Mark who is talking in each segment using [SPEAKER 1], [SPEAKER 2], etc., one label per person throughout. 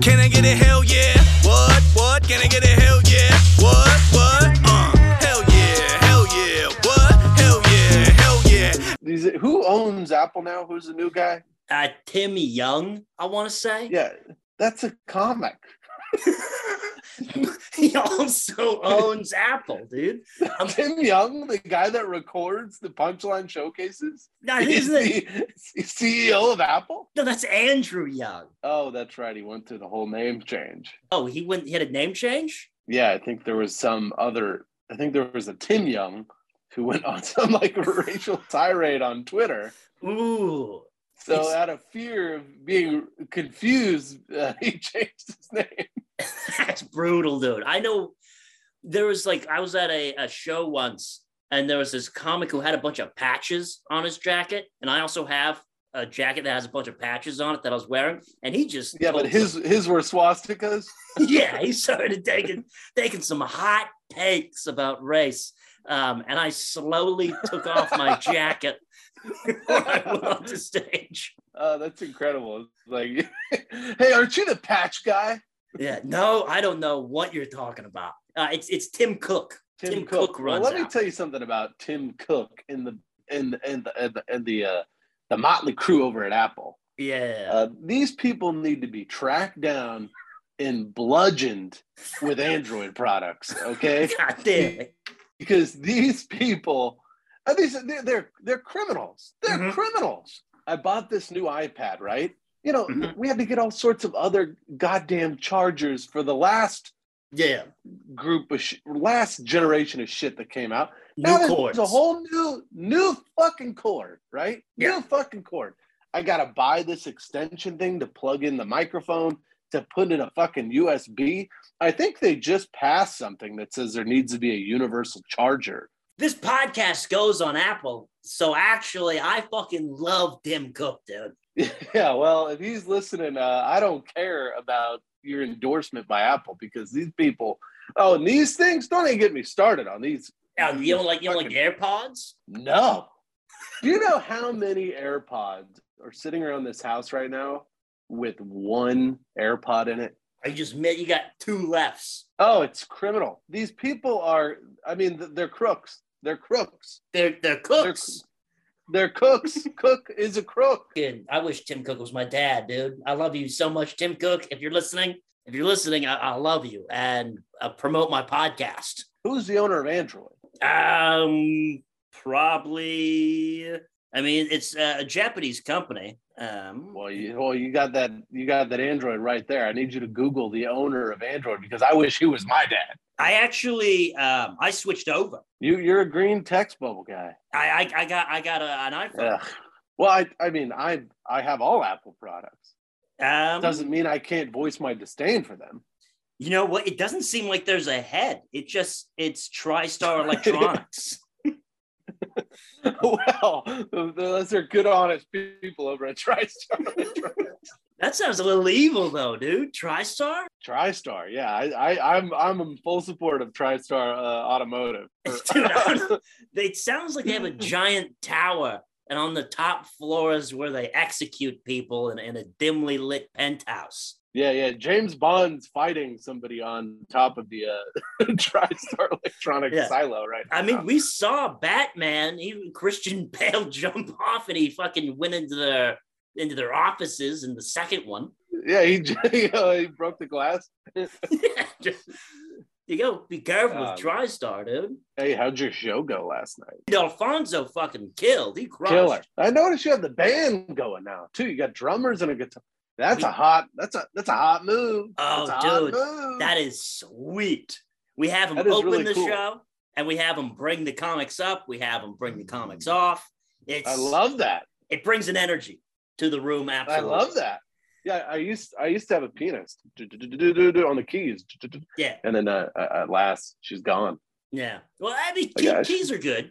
[SPEAKER 1] Can I get a hell yeah? What, what? Can I get a hell yeah? What, what? Uh, hell yeah, hell yeah, what? Hell yeah, hell yeah.
[SPEAKER 2] Is it, who owns Apple now? Who's the new guy?
[SPEAKER 3] Uh, Tim Young, I want to say.
[SPEAKER 2] Yeah, that's a comic.
[SPEAKER 3] he also owns Apple, dude. I'm,
[SPEAKER 2] Tim Young, the guy that records the punchline showcases,
[SPEAKER 3] no,
[SPEAKER 2] he's
[SPEAKER 3] isn't it-
[SPEAKER 2] the CEO E of Apple.
[SPEAKER 3] no, that's Andrew Young.
[SPEAKER 2] Oh, that's right. He went through the whole name change.
[SPEAKER 3] Oh, he went. He had a name change.
[SPEAKER 2] Yeah, I think there was some other. I think there was a Tim Young who went on some like racial tirade on Twitter.
[SPEAKER 3] Ooh,
[SPEAKER 2] So
[SPEAKER 3] It's-
[SPEAKER 2] out of fear of being confused, uh, he changed his name.
[SPEAKER 3] that's brutal, dude. I know. There was like I was at a, a show once, and there was this comic who had a bunch of patches on his jacket, and I also have a jacket that has a bunch of patches on it that I was wearing, and he just
[SPEAKER 2] Yeah, but
[SPEAKER 3] told-
[SPEAKER 2] his his were swastikas.
[SPEAKER 3] yeah, he started taking taking some hot takes about race. Um, and I slowly took off my jacket when I went on the stage.
[SPEAKER 2] Uh, that's incredible. It's like, hey, aren't you the patch guy?
[SPEAKER 3] Yeah, no, I don't know what you're talking about. Uh, it's it's Tim Cook. Tim Cook runs
[SPEAKER 2] Well, let me
[SPEAKER 3] out.
[SPEAKER 2] tell you something about Tim Cook in the in the- in the in the, in the uh, the motley crew over at Apple.
[SPEAKER 3] Yeah,
[SPEAKER 2] Uh, these people need to be tracked down and bludgeoned with Android products. Okay,
[SPEAKER 3] Uh, God damn it.
[SPEAKER 2] because these people, uh, these they're they're, they're criminals. They're
[SPEAKER 3] Mhm.
[SPEAKER 2] criminals. I bought this new iPad, right? You know,
[SPEAKER 3] Mhm.
[SPEAKER 2] we had to get all sorts of other goddamn chargers for the last
[SPEAKER 3] Yeah,
[SPEAKER 2] group of sh- last generation of shit that came out. Now
[SPEAKER 3] new chords.
[SPEAKER 2] It's a whole new new fucking cord, right?
[SPEAKER 3] Yeah.
[SPEAKER 2] New fucking cord. I gotta buy this extension thing to plug in the microphone to put in a fucking USB. I think they just passed something that says there needs to be a universal charger.
[SPEAKER 3] this podcast goes on Apple, so actually, I fucking love Tim Cook, dude.
[SPEAKER 2] yeah, well, if he's listening, uh, I don't care about your endorsement by Apple because these people, oh, and these things don't even get me started on these
[SPEAKER 3] Uh, you don't like you don't like AirPods?
[SPEAKER 2] No. Do you know how many AirPods are sitting around this house right now with one AirPod in it?
[SPEAKER 3] I just met you got two lefts.
[SPEAKER 2] Oh, it's criminal. These people are, I mean, th- they're crooks. They're crooks.
[SPEAKER 3] They're they're cooks.
[SPEAKER 2] They're cooks. Cook is a crook.
[SPEAKER 3] Dude, I wish Tim Cook was my dad, dude. I love you so much, Tim Cook. If you're listening, if you're listening, I, I love you and uh, promote my podcast.
[SPEAKER 2] Who's the owner of Android?
[SPEAKER 3] Um, probably. I mean, it's uh, a Japanese company. Um,
[SPEAKER 2] Well, you, well, you got that. You got that Android right there. I need you to Google the owner of Android because I wish he was my dad.
[SPEAKER 3] I actually, um, I switched over.
[SPEAKER 2] You, you're a green text bubble guy.
[SPEAKER 3] I, I, I got, I got a, an iPhone.
[SPEAKER 2] Ugh. Well, I, I mean, I, I have all Apple products.
[SPEAKER 3] um,
[SPEAKER 2] doesn't mean I can't voice my disdain for them.
[SPEAKER 3] you know what? It doesn't seem like there's a head. It just, it's TriStar Electronics.
[SPEAKER 2] well, those are good, honest people over at TriStar.
[SPEAKER 3] that sounds a little evil, though, dude. TriStar.
[SPEAKER 2] TriStar, yeah, I, I, I'm I'm in full support of TriStar uh, Automotive.
[SPEAKER 3] Dude, I don't- they it sounds like they
[SPEAKER 2] Mm-hmm.
[SPEAKER 3] have a giant tower and on the top floor is where they execute people in, in a dimly lit penthouse
[SPEAKER 2] yeah, yeah, James Bond's fighting somebody on top of the uh, TriStar electronic
[SPEAKER 3] Yeah.
[SPEAKER 2] silo right
[SPEAKER 3] i
[SPEAKER 2] now.
[SPEAKER 3] mean we saw batman even christian bale jump off and he fucking went into their into their offices in the second one
[SPEAKER 2] yeah, he, he, uh, he broke the glass.
[SPEAKER 3] Just- you go be careful
[SPEAKER 2] Um,
[SPEAKER 3] with TriStar, dude.
[SPEAKER 2] Hey, how'd your show go last night?
[SPEAKER 3] Alfonso fucking killed. He crushed.
[SPEAKER 2] Killer. I noticed you have the band going now too. You got drummers and a guitar. That's a hot. That's a that's a hot move.
[SPEAKER 3] Oh,
[SPEAKER 2] that's a hot
[SPEAKER 3] dude,
[SPEAKER 2] move.
[SPEAKER 3] That is sweet. We have them
[SPEAKER 2] That is
[SPEAKER 3] open
[SPEAKER 2] really
[SPEAKER 3] the
[SPEAKER 2] cool.
[SPEAKER 3] show and we have them bring the comics up. We have them bring the comics off. It's
[SPEAKER 2] Mm. I love that.
[SPEAKER 3] it brings an energy to the room.
[SPEAKER 2] I
[SPEAKER 3] Absolutely.
[SPEAKER 2] love that. Yeah, I used I used to have a pianist Du-du-du-du-du-du on the keys, Du-du-du.
[SPEAKER 3] Yeah.
[SPEAKER 2] and then uh, at at last she's gone.
[SPEAKER 3] Yeah. Well, I mean,
[SPEAKER 2] I
[SPEAKER 3] key-
[SPEAKER 2] got you.
[SPEAKER 3] keys are good.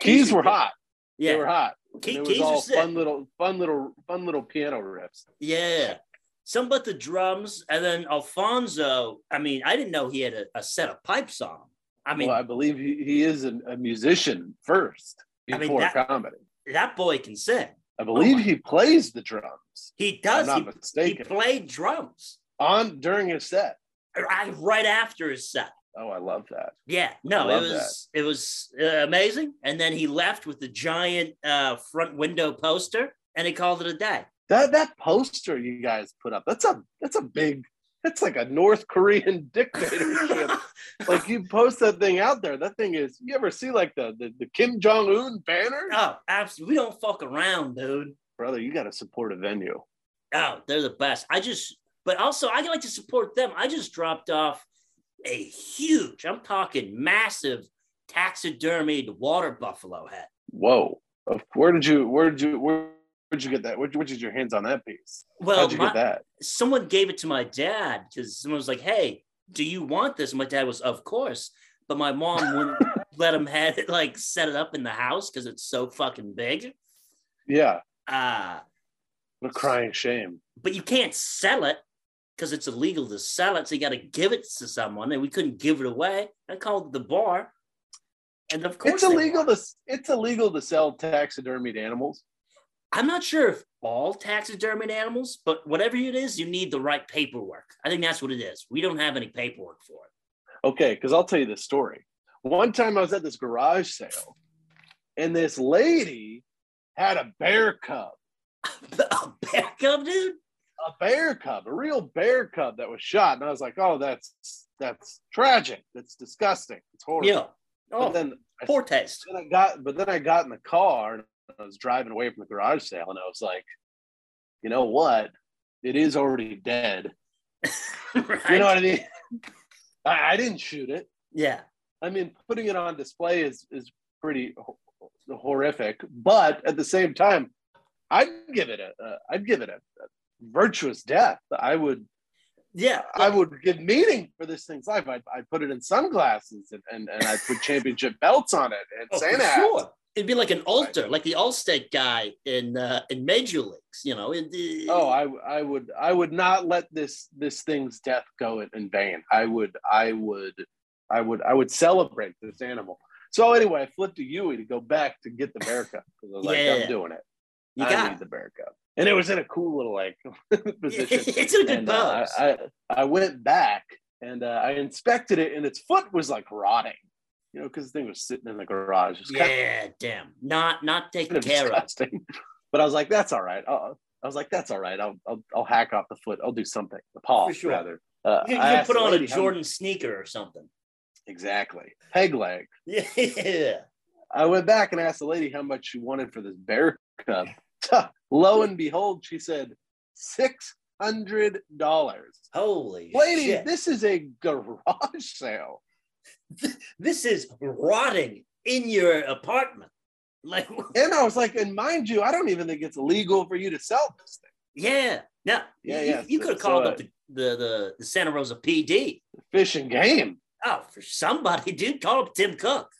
[SPEAKER 2] Keys
[SPEAKER 3] are
[SPEAKER 2] were
[SPEAKER 3] good.
[SPEAKER 2] hot. They were
[SPEAKER 3] Yeah.
[SPEAKER 2] hot.
[SPEAKER 3] Key-
[SPEAKER 2] And it was
[SPEAKER 3] keys are
[SPEAKER 2] all
[SPEAKER 3] sick.
[SPEAKER 2] fun little fun little fun little piano riffs.
[SPEAKER 3] Yeah. Some but the drums and then Alfonso. I mean, I didn't know he had a, a set of pipes on him. I mean,
[SPEAKER 2] well, I believe he, he is an, a musician first
[SPEAKER 3] I mean,
[SPEAKER 2] before
[SPEAKER 3] that-
[SPEAKER 2] comedy.
[SPEAKER 3] that boy can sing.
[SPEAKER 2] I believe he plays the drums.
[SPEAKER 3] He
[SPEAKER 2] If I'm
[SPEAKER 3] does.
[SPEAKER 2] not
[SPEAKER 3] He, he
[SPEAKER 2] mistaken.
[SPEAKER 3] played drums
[SPEAKER 2] on during his set.
[SPEAKER 3] I, right after his set.
[SPEAKER 2] Oh, I love that.
[SPEAKER 3] Yeah, no,
[SPEAKER 2] I love
[SPEAKER 3] it was it was uh, amazing. And then he left with the giant uh, front window poster, and he called it a day.
[SPEAKER 2] That that poster you guys put up. That's a that's a big. That's like a North Korean dictatorship. like you post that thing out there. That thing is. You ever see like the the, the Kim Jong Un banner?
[SPEAKER 3] oh, absolutely, we don't fuck around, dude.
[SPEAKER 2] Brother, you got to support a venue.
[SPEAKER 3] Oh, they're the best. I just, but also I like to support them. I just dropped off a huge, I'm talking massive, taxidermied water buffalo head.
[SPEAKER 2] Whoa. Of- Where did you? Where did you? Where did you get that? Where did you get your hands on that piece?
[SPEAKER 3] Well,
[SPEAKER 2] How'd you
[SPEAKER 3] Uh, my,
[SPEAKER 2] get that?
[SPEAKER 3] someone gave it to my dad because someone was like, "Hey, do you want this?" And my dad was, "Of course," but my mom wouldn't let him have it, like set it up in the house because it's so fucking big.
[SPEAKER 2] Yeah.
[SPEAKER 3] Uh,
[SPEAKER 2] What a crying shame.
[SPEAKER 3] but you can't sell it because it's illegal to sell it, so you got to give it to someone, and we couldn't give it away. I called the bar, and of course
[SPEAKER 2] It's
[SPEAKER 3] they-
[SPEAKER 2] illegal to it's illegal to sell taxidermied animals.
[SPEAKER 3] I'm not sure if all taxidermied animals, but whatever it is, you need the right paperwork. I think that's what it is. We don't have any paperwork for it.
[SPEAKER 2] Okay, because I'll tell you this story. One time I was at this garage sale, and this lady had a bear cub,
[SPEAKER 3] a backup, dude.
[SPEAKER 2] a bear cub, a real bear cub that was shot, and I was like, "Oh, that's that's tragic. That's disgusting. It's horrible."
[SPEAKER 3] Yeah. Oh,
[SPEAKER 2] But then I
[SPEAKER 3] poor taste.
[SPEAKER 2] then I got but then I got in the car and I was driving away from the garage sale and I was like, you know what? It is already dead.
[SPEAKER 3] right?
[SPEAKER 2] You know what I mean? I, I didn't shoot it.
[SPEAKER 3] yeah.
[SPEAKER 2] I mean, putting it on display is is pretty ho- horrific, but at the same time, I'd give it a uh, I'd give it a, a virtuous death. I would
[SPEAKER 3] Yeah.
[SPEAKER 2] I would give meaning for this thing's life. I'd, I'd put it in sunglasses and and, and I'd put championship belts on it and
[SPEAKER 3] Oh, for
[SPEAKER 2] Santa hats.
[SPEAKER 3] sure. It'd be like an altar, like the Allstate guy in uh, in Major Leagues, you know. It, it-
[SPEAKER 2] Oh, I, I would I would not let this this thing's death go in, in vain. I would I would I would I would celebrate this animal. So anyway, I flipped to Yui to go back to get the bear cup because I was like,
[SPEAKER 3] Yeah.
[SPEAKER 2] I'm doing it.
[SPEAKER 3] you
[SPEAKER 2] I
[SPEAKER 3] got
[SPEAKER 2] need the bear cup, and it was in a cool little like
[SPEAKER 3] it.
[SPEAKER 2] position.
[SPEAKER 3] it's in a good
[SPEAKER 2] and, uh,
[SPEAKER 3] pose.
[SPEAKER 2] I, I I went back and uh, I inspected it, and its foot was like rotting, you know, because the thing was sitting in the garage. It was kind of
[SPEAKER 3] yeah, damn. Not not taken
[SPEAKER 2] kind of
[SPEAKER 3] care of.
[SPEAKER 2] disgusting. But I was like, that's all right. I'll, I was like, that's all right. I'll, I'll, I'll hack off the foot. I'll do something. The paw,
[SPEAKER 3] For sure.
[SPEAKER 2] rather. Uh,
[SPEAKER 3] You,
[SPEAKER 2] I
[SPEAKER 3] can
[SPEAKER 2] asked
[SPEAKER 3] put
[SPEAKER 2] the
[SPEAKER 3] on a
[SPEAKER 2] lady how-
[SPEAKER 3] Jordan sneaker or something.
[SPEAKER 2] exactly. Peg leg.
[SPEAKER 3] Yeah.
[SPEAKER 2] I went back and asked the lady how much she wanted for this bear cub. Lo and behold, she said, $600.
[SPEAKER 3] Holy
[SPEAKER 2] Lady,
[SPEAKER 3] shit.
[SPEAKER 2] this is a garage sale.
[SPEAKER 3] this is rotting in your apartment. Like,
[SPEAKER 2] And I was like, and mind you, I don't even think it's illegal for you to sell this thing.
[SPEAKER 3] yeah, no,
[SPEAKER 2] Yeah,
[SPEAKER 3] you,
[SPEAKER 2] yeah,
[SPEAKER 3] You
[SPEAKER 2] so-
[SPEAKER 3] could have
[SPEAKER 2] so,
[SPEAKER 3] called
[SPEAKER 2] uh,
[SPEAKER 3] up the, the the the Santa Rosa PD.
[SPEAKER 2] Fish and game.
[SPEAKER 3] Oh, for somebody, dude, call up Tim Cook.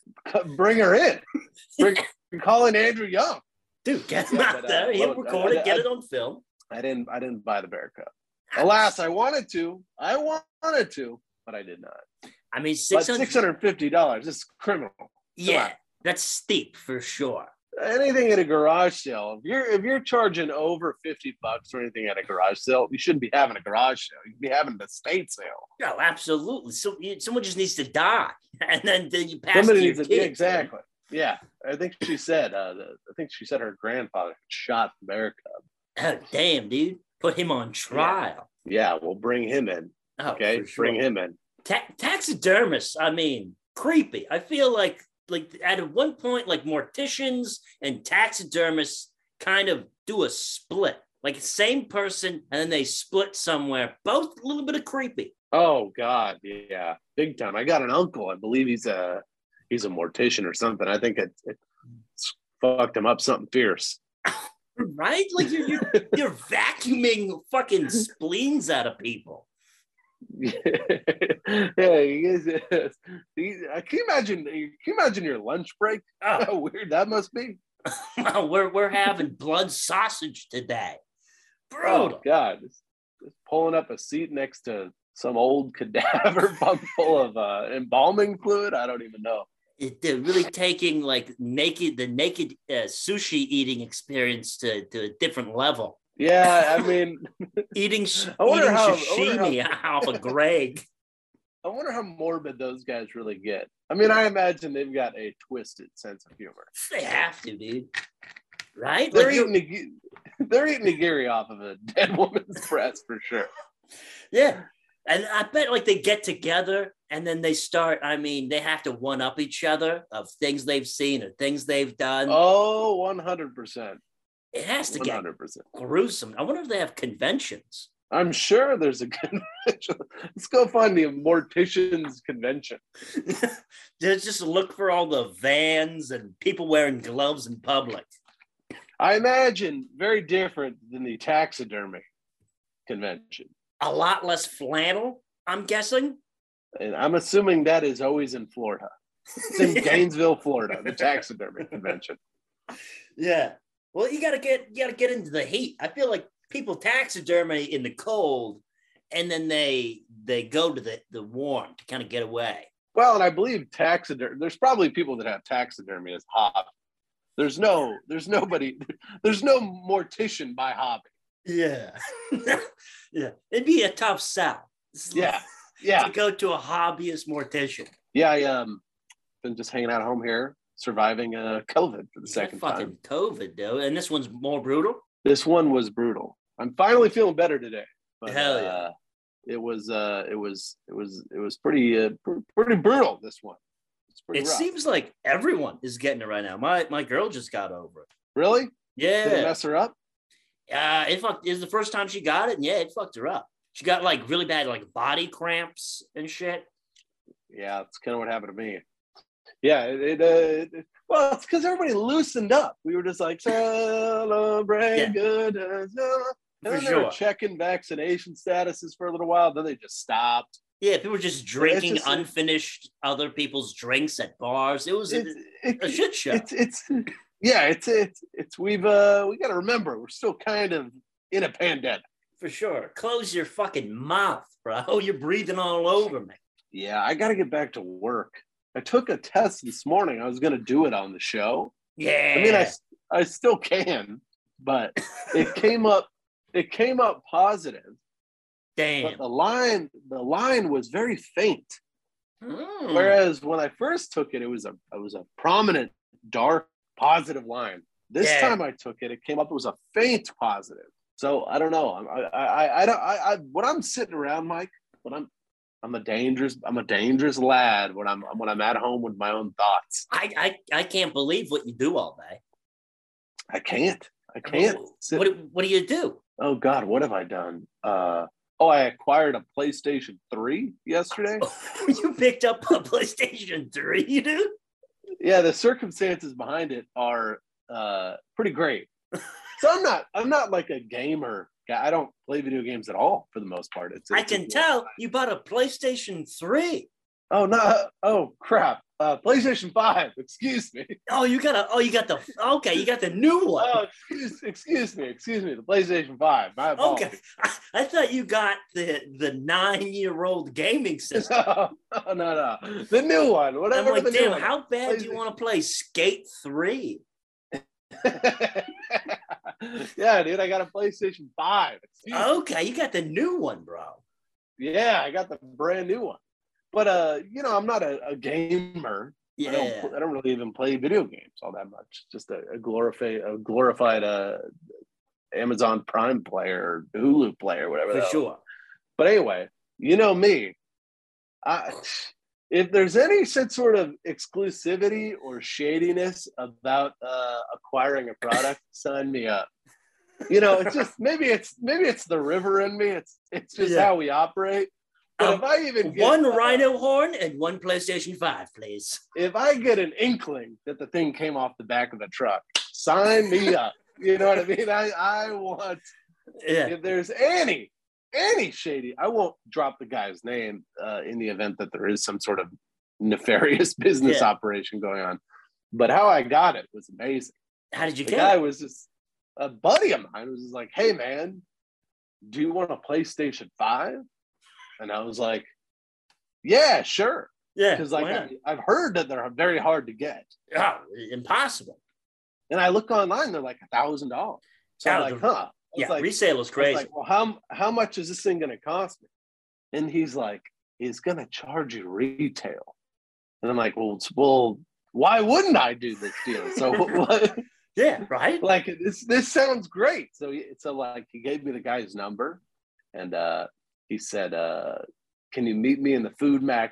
[SPEAKER 2] Bring her in. Bring, call in Andrew Young.
[SPEAKER 3] Dude, get him
[SPEAKER 2] Yeah,
[SPEAKER 3] out
[SPEAKER 2] but, uh,
[SPEAKER 3] there. He'll
[SPEAKER 2] well,
[SPEAKER 3] record
[SPEAKER 2] I-
[SPEAKER 3] it, get
[SPEAKER 2] I-
[SPEAKER 3] it on film.
[SPEAKER 2] I didn't I didn't buy the bear cup. Alas, I wanted to. I wanted to, but I did not.
[SPEAKER 3] I mean,
[SPEAKER 2] But
[SPEAKER 3] 600.
[SPEAKER 2] six hundred fifty dollars is criminal.
[SPEAKER 3] yeah,
[SPEAKER 2] on.
[SPEAKER 3] that's steep for sure.
[SPEAKER 2] Anything at a garage sale, if you're if you're charging over fifty bucks for anything at a garage sale, you shouldn't be having a garage sale. You should be having an estate sale.
[SPEAKER 3] No, absolutely. So you, someone just needs to die, and then, then you pass
[SPEAKER 2] Somebody
[SPEAKER 3] to your
[SPEAKER 2] needs to
[SPEAKER 3] kids.
[SPEAKER 2] exactly. Yeah, I think she said. Uh, the, I think she said her grandfather had shot the bear cup.
[SPEAKER 3] Oh, damn, dude, put him on trial.
[SPEAKER 2] Yeah, we'll bring him in.
[SPEAKER 3] Oh,
[SPEAKER 2] Okay,
[SPEAKER 3] for sure.
[SPEAKER 2] bring him in.
[SPEAKER 3] Ta- taxidermists. I mean, creepy. I feel like like at one point, like morticians and taxidermists kind of do a split, like same person, and then they split somewhere. Both a little bit of creepy.
[SPEAKER 2] Oh God, yeah, big time. I got an uncle. I believe he's a he's a mortician or something. I think it, it fucked him up something fierce. Hmm.
[SPEAKER 3] right? Like you're you're, you're vacuuming fucking spleens out of people.
[SPEAKER 2] yeah, he is. he- I uh, can you imagine. Can you imagine your lunch break?
[SPEAKER 3] Oh,
[SPEAKER 2] How weird that must be.
[SPEAKER 3] wow, we're we're having blood sausage today,
[SPEAKER 2] Oh
[SPEAKER 3] brutal.
[SPEAKER 2] God, just, just pulling up a seat next to some old cadaver bunk full of uh, embalming fluid. I don't even know.
[SPEAKER 3] it- they're really taking like naked the naked uh, sushi eating experience to, to a different level.
[SPEAKER 2] Yeah, I mean,
[SPEAKER 3] Eating, sh-
[SPEAKER 2] I wonder
[SPEAKER 3] eating
[SPEAKER 2] how- I wonder how-
[SPEAKER 3] sashimi off of Greg.
[SPEAKER 2] I wonder how morbid those guys really get. I mean, I imagine they've got a twisted sense of humor.
[SPEAKER 3] They have to, dude. Right?
[SPEAKER 2] They're
[SPEAKER 3] Like, you-
[SPEAKER 2] eating a, they're eating nigiri off of a dead woman's breast for sure.
[SPEAKER 3] yeah. And I bet like they get together and then they start. I mean, they have to one up each other of things they've seen or things they've done.
[SPEAKER 2] Oh, 100%.
[SPEAKER 3] it has to get
[SPEAKER 2] 100%.
[SPEAKER 3] gruesome. I wonder if they have conventions.
[SPEAKER 2] I'm sure there's a convention. Let's go find the mortician's convention.
[SPEAKER 3] Just just look for all the vans and people wearing gloves in public.
[SPEAKER 2] I imagine very different than the taxidermy convention.
[SPEAKER 3] A lot less flannel, I'm guessing.
[SPEAKER 2] And I'm assuming that is always in Florida. It's in Gainesville, Florida, the taxidermy convention.
[SPEAKER 3] Yeah. Well, you gotta get you gotta get into the heat. I feel like people taxidermy in the cold, and then they they go to the the warm to kind of get away.
[SPEAKER 2] Well, and I believe taxidermy. There's probably people that have taxidermy as hobby. There's no, there's nobody, there's no mortician by hobby.
[SPEAKER 3] Yeah. yeah. It'd be a tough sell.
[SPEAKER 2] Yeah,
[SPEAKER 3] To
[SPEAKER 2] yeah,
[SPEAKER 3] go to a hobbyist mortician.
[SPEAKER 2] yeah. I um, been just hanging out at home here, surviving uh COVID for the second time.
[SPEAKER 3] fucking COVID, though. And this one's more brutal.
[SPEAKER 2] This one was brutal. I'm finally feeling better today.
[SPEAKER 3] Hell yeah.
[SPEAKER 2] Uh, it was, uh, it was, it was, it was pretty, uh, pr- pretty brutal. This one. It's pretty
[SPEAKER 3] It
[SPEAKER 2] rough.
[SPEAKER 3] seems like everyone is getting it right now. My my girl just got over it.
[SPEAKER 2] really. Did it
[SPEAKER 3] Yeah.
[SPEAKER 2] mess her up?
[SPEAKER 3] Uh, it fucked. It was the first time she got it, and yeah, it fucked her up. She got like really bad like body cramps and shit.
[SPEAKER 2] Yeah, that's kind of what happened to me. Yeah, it, it, uh, it- well, it's because everybody loosened up. We were just like celebrate
[SPEAKER 3] Yeah.
[SPEAKER 2] good. uh, uh," And
[SPEAKER 3] For
[SPEAKER 2] then they were
[SPEAKER 3] sure.
[SPEAKER 2] checking vaccination statuses for a little while. Then they just stopped.
[SPEAKER 3] Yeah, people were just drinking
[SPEAKER 2] just-
[SPEAKER 3] unfinished other people's drinks at bars. It was a,
[SPEAKER 2] It's it,
[SPEAKER 3] a shit show.
[SPEAKER 2] it's it's yeah, it's it's it's we've uh we got to remember we're still kind of in a pandemic.
[SPEAKER 3] For sure. Close your fucking mouth, bro. You're breathing all over me.
[SPEAKER 2] Yeah, I got to get back to work. I took a test this morning. I was going to do it on the show.
[SPEAKER 3] Yeah.
[SPEAKER 2] I mean, I, I still can, but it came up, it came up positive,
[SPEAKER 3] damn.
[SPEAKER 2] but the line, the line was very faint.
[SPEAKER 3] Mm.
[SPEAKER 2] Whereas when I first took it, it was a, it was a prominent, dark, positive line. This
[SPEAKER 3] Yeah.
[SPEAKER 2] time I took it, it came up, it was a faint positive. So I don't know. I'm- I, I, I, I don't, I, I, when I'm sitting around, Mike, when I'm, I'm a dangerous, I'm a dangerous lad when I'm, when I'm at home with my own thoughts.
[SPEAKER 3] I, I I can't believe what you do all day.
[SPEAKER 2] I can't, I can't. sit-
[SPEAKER 3] Oh. What what do you do?
[SPEAKER 2] Oh God, what have I done? Uh, oh, I acquired a PlayStation Three
[SPEAKER 3] Oh.
[SPEAKER 2] yesterday.
[SPEAKER 3] you picked up a PlayStation 3, dude?
[SPEAKER 2] Yeah, the circumstances behind it are uh, pretty great. So I'm not, I'm not like a gamer guy. I don't play video games at all for the most part. It's,
[SPEAKER 3] I
[SPEAKER 2] it's-
[SPEAKER 3] can tell you bought a PlayStation 3.
[SPEAKER 2] Oh no! Oh crap! Uh, PlayStation Five. Excuse me.
[SPEAKER 3] Oh, you got a oh you got the okay, you got the new one.
[SPEAKER 2] Oh, excuse, excuse me. Excuse me. The PlayStation Five. My
[SPEAKER 3] okay.
[SPEAKER 2] apologies.
[SPEAKER 3] I, I thought you got the the nine-year-old gaming system.
[SPEAKER 2] No, no, no. The new one.
[SPEAKER 3] I'm
[SPEAKER 2] Whatever.
[SPEAKER 3] like,
[SPEAKER 2] the new
[SPEAKER 3] damn,
[SPEAKER 2] one
[SPEAKER 3] how bad do you
[SPEAKER 2] PlayStation-
[SPEAKER 3] want to play Skate 3?
[SPEAKER 2] yeah, dude, I got a PlayStation 5. Excuse me.
[SPEAKER 3] Okay, you got the new one, bro.
[SPEAKER 2] Yeah, I got the brand new one. But uh, you know, I'm not a, a gamer. I don't,
[SPEAKER 3] Yeah.
[SPEAKER 2] pl- I don't really even play video games all that much. Just a, a glorified, a glorified uh, Amazon Prime player, or Hulu player, whatever. the
[SPEAKER 3] For
[SPEAKER 2] hell.
[SPEAKER 3] sure.
[SPEAKER 2] But anyway, you know me. I, if there's any such sort of exclusivity or shadiness about uh, acquiring a product, sign me up. You know, it's just maybe it's maybe it's the river in me. It's it's just
[SPEAKER 3] Yeah.
[SPEAKER 2] how we operate. But
[SPEAKER 3] Um,
[SPEAKER 2] if I even get, uh,
[SPEAKER 3] One rhino horn and one PlayStation 5, please.
[SPEAKER 2] if I get an inkling that the thing came off the back of the truck, sign me up. You know what I mean? I I want
[SPEAKER 3] Yeah.
[SPEAKER 2] if there's any any shady i won't drop the guy's name uh, in the event that there is some sort of nefarious business
[SPEAKER 3] Yeah.
[SPEAKER 2] operation going on but how i got it was amazing
[SPEAKER 3] How did you
[SPEAKER 2] the
[SPEAKER 3] get
[SPEAKER 2] guy
[SPEAKER 3] it?
[SPEAKER 2] was just a buddy of mine was just like hey man do you want a playstation 5 and i was like yeah sure
[SPEAKER 3] Yeah.
[SPEAKER 2] because
[SPEAKER 3] why
[SPEAKER 2] like
[SPEAKER 3] not?
[SPEAKER 2] I, I've heard that they're very hard to get.
[SPEAKER 3] Oh, impossible.
[SPEAKER 2] And I look online, they're like a thousand dollars. So I'm like,
[SPEAKER 3] Thousand-
[SPEAKER 2] huh? I was
[SPEAKER 3] Yeah,
[SPEAKER 2] like,
[SPEAKER 3] resale is
[SPEAKER 2] I was
[SPEAKER 3] crazy.
[SPEAKER 2] like, well, how how much is this thing gonna cost me? And he's like, he's gonna charge you retail. And I'm like, well, it's- well, why wouldn't I do this deal? So what-
[SPEAKER 3] yeah, right?
[SPEAKER 2] like this this sounds great. So he- so like he gave me the guy's number, and uh, he said, uh, can you meet me in the Food Max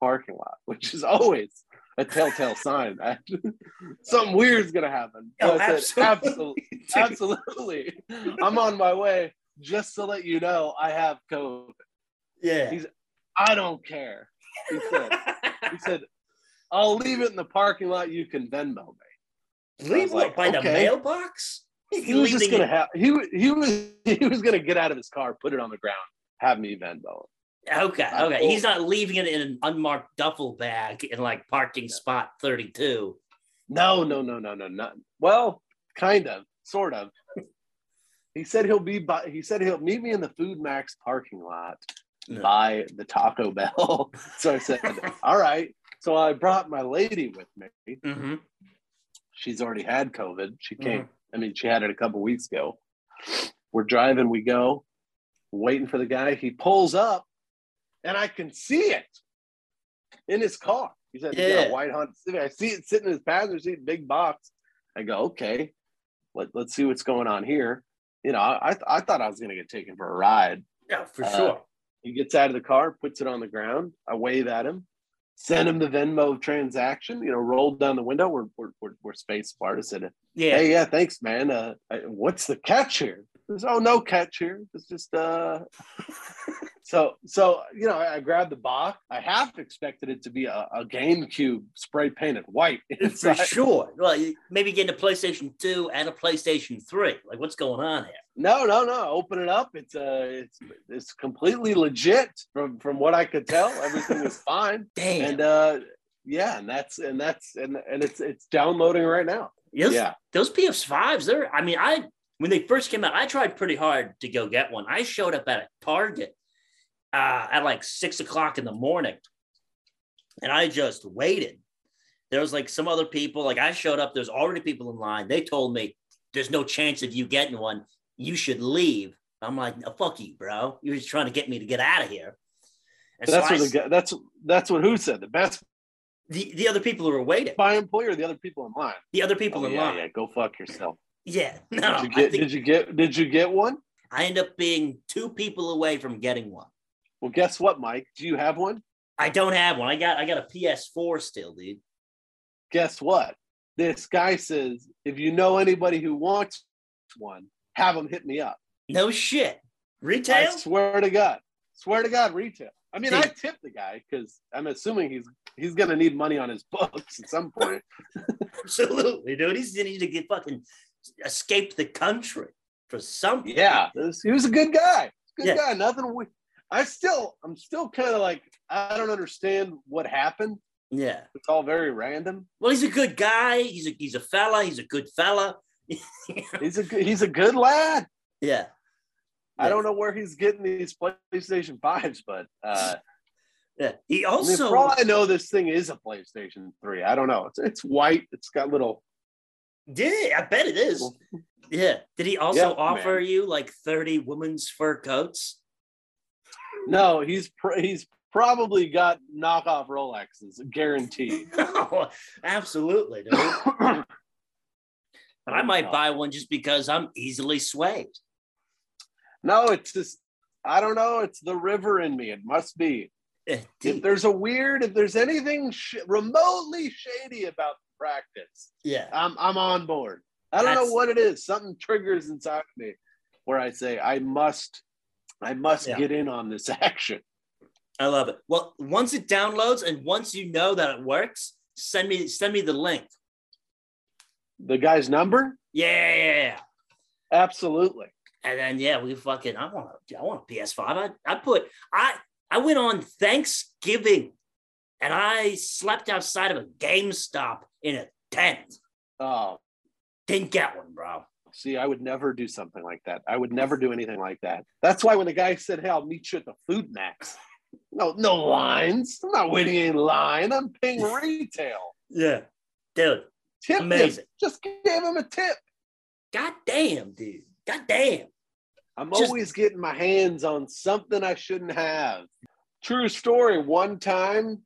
[SPEAKER 2] parking lot, which is always. A telltale sign that something weird's gonna happen.
[SPEAKER 3] Oh,
[SPEAKER 2] So I said,
[SPEAKER 3] absolutely. Dude.
[SPEAKER 2] Absolutely. I'm on my way just to let you know I have COVID.
[SPEAKER 3] Yeah.
[SPEAKER 2] He's- I don't care. He said, he said I'll leave it in the parking lot. You can Venmo me.
[SPEAKER 3] Leave
[SPEAKER 2] like,
[SPEAKER 3] what, by the
[SPEAKER 2] okay.
[SPEAKER 3] mailbox? He's
[SPEAKER 2] He was just
[SPEAKER 3] leaving
[SPEAKER 2] gonna
[SPEAKER 3] it-
[SPEAKER 2] have he wa- he was he was gonna get out of his car, put it on the ground, have me Venmo.
[SPEAKER 3] Okay,
[SPEAKER 2] Uh,
[SPEAKER 3] okay.
[SPEAKER 2] oh.
[SPEAKER 3] He's not leaving it in an unmarked duffel bag in like parking spot 32.
[SPEAKER 2] No, no, no, no, no, not well, kind of, sort of. He said he'll be by he said he'll meet me in the Food Max parking lot
[SPEAKER 3] No.
[SPEAKER 2] by the Taco Bell. so I said, All right. So I brought my lady with me.
[SPEAKER 3] hmm
[SPEAKER 2] She's already had COVID. She came. I mean, she had it a couple weeks ago. We're driving. We go, waiting for the guy. He pulls up, and I can see it in his car. He said, "He's got
[SPEAKER 3] Yeah.
[SPEAKER 2] a white Honda Civic." I see it sitting in his passenger seat, big box. I go, "Okay, let, let's see what's going on here." You know, I, I thought I was going to get taken for a ride.
[SPEAKER 3] Yeah, for
[SPEAKER 2] Uh,
[SPEAKER 3] sure.
[SPEAKER 2] He gets out of the car, puts it on the ground. I wave at him, send him the Venmo transaction. You know, rolled down the window. We're we're we're, we're space apart. I said,
[SPEAKER 3] Yeah.
[SPEAKER 2] "Hey, yeah, thanks, man. Uh, I- what's the catch here?" There's oh no catch here. It's just uh. so so you know, I, I grabbed the box. I half expected it to be a, a GameCube spray painted white.
[SPEAKER 3] for
[SPEAKER 2] inside.
[SPEAKER 3] sure. Well, you- maybe getting a PlayStation 2 and a PlayStation 3. Like, what's going on here?
[SPEAKER 2] No, no, no. Open it up. It's uh, it's it's completely legit from from what I could tell. Everything was fine.
[SPEAKER 3] Damn.
[SPEAKER 2] and uh yeah and that's and that's and and it's it's downloading right now
[SPEAKER 3] Yes,
[SPEAKER 2] yeah
[SPEAKER 3] those PS5s, they're, I mean, I, when they first came out, I tried pretty hard to go get one. I showed up at a Target uh, at like six o'clock in the morning and I just waited. There was like some other people, like I showed up, there's already people in line. They told me there's no chance of you getting one. You should leave. I'm like, no, fuck you, bro. You're just trying to get me to get out of here. And
[SPEAKER 2] that's
[SPEAKER 3] so
[SPEAKER 2] what
[SPEAKER 3] I
[SPEAKER 2] the
[SPEAKER 3] s-
[SPEAKER 2] guy, that's that's what who said the best
[SPEAKER 3] the, the other people who were waiting,
[SPEAKER 2] buy employer the other people in line
[SPEAKER 3] the other people
[SPEAKER 2] Oh,
[SPEAKER 3] in
[SPEAKER 2] yeah,
[SPEAKER 3] line.
[SPEAKER 2] yeah go fuck yourself
[SPEAKER 3] Yeah. No,
[SPEAKER 2] did you
[SPEAKER 3] I
[SPEAKER 2] get
[SPEAKER 3] think
[SPEAKER 2] did you get did you get one
[SPEAKER 3] I end up being two people away from getting one.
[SPEAKER 2] well guess what mike do you have one
[SPEAKER 3] I don't have one. I got I got a PS4 still, dude.
[SPEAKER 2] guess what this guy says if you know anybody who wants one have them hit me up
[SPEAKER 3] No shit.
[SPEAKER 2] i
[SPEAKER 3] Retail?
[SPEAKER 2] swear to god swear to god retail i mean i
[SPEAKER 3] Dude.
[SPEAKER 2] tip the guy because i'm assuming he's he's gonna need money on his books at some point
[SPEAKER 3] Absolutely, dude. He's gonna need to get fucking escape the country for something.
[SPEAKER 2] Yeah, this- he was a good guy. Good
[SPEAKER 3] Yeah.
[SPEAKER 2] guy. Nothing. We, I still, I'm still kind of like, I don't understand what happened.
[SPEAKER 3] Yeah.
[SPEAKER 2] It's all very random.
[SPEAKER 3] Well, he's a good guy. He's a he's a fella. He's a good fella.
[SPEAKER 2] He's a good- he's a good lad.
[SPEAKER 3] Yeah.
[SPEAKER 2] I don't know where he's getting these PlayStation fives, but uh,
[SPEAKER 3] Yeah. He
[SPEAKER 2] I mean,
[SPEAKER 3] also
[SPEAKER 2] for all I know, this thing is a PlayStation Three. I don't know. It's it's white. It's got little.
[SPEAKER 3] did. I bet it is. Yeah. Did he also
[SPEAKER 2] Yeah,
[SPEAKER 3] offer you like 30 women's fur coats?
[SPEAKER 2] No, he's pr- he's probably got knockoff Rolexes, guaranteed.
[SPEAKER 3] No, Oh, absolutely, dude. But I might buy one just because I'm easily swayed.
[SPEAKER 2] No, it's just I don't know. It's the river in me. It must be.
[SPEAKER 3] Eh,
[SPEAKER 2] if
[SPEAKER 3] deep.
[SPEAKER 2] there's a weird, if there's anything sh- remotely shady about the practice,
[SPEAKER 3] Yeah.
[SPEAKER 2] I'm I'm on board. I don't
[SPEAKER 3] That's-
[SPEAKER 2] know what it is. Something triggers inside of me where I say I must, I must
[SPEAKER 3] Yeah.
[SPEAKER 2] get in on this action.
[SPEAKER 3] I love it. Well, once it downloads and once you know that it works, send me send me the link.
[SPEAKER 2] The guy's number,
[SPEAKER 3] Yeah, yeah, yeah.
[SPEAKER 2] absolutely.
[SPEAKER 3] And then yeah, we fucking I want a, I want a PS5. I, I put I I went on Thanksgiving and I slept outside of a GameStop in a tent.
[SPEAKER 2] Oh,
[SPEAKER 3] Didn't get one, bro.
[SPEAKER 2] see, I would never do something like that. I would never do anything like that. That's why when the guy said, "Hey, I'll meet you at the food max," No, no lines. I'm not waiting in line. I'm paying retail.
[SPEAKER 3] Yeah. Dude.
[SPEAKER 2] Tip
[SPEAKER 3] Amazing.
[SPEAKER 2] him. Just gave him a tip.
[SPEAKER 3] God damn, dude. God damn.
[SPEAKER 2] I'm
[SPEAKER 3] Just-
[SPEAKER 2] always getting my hands on something I shouldn't have. True story. One time,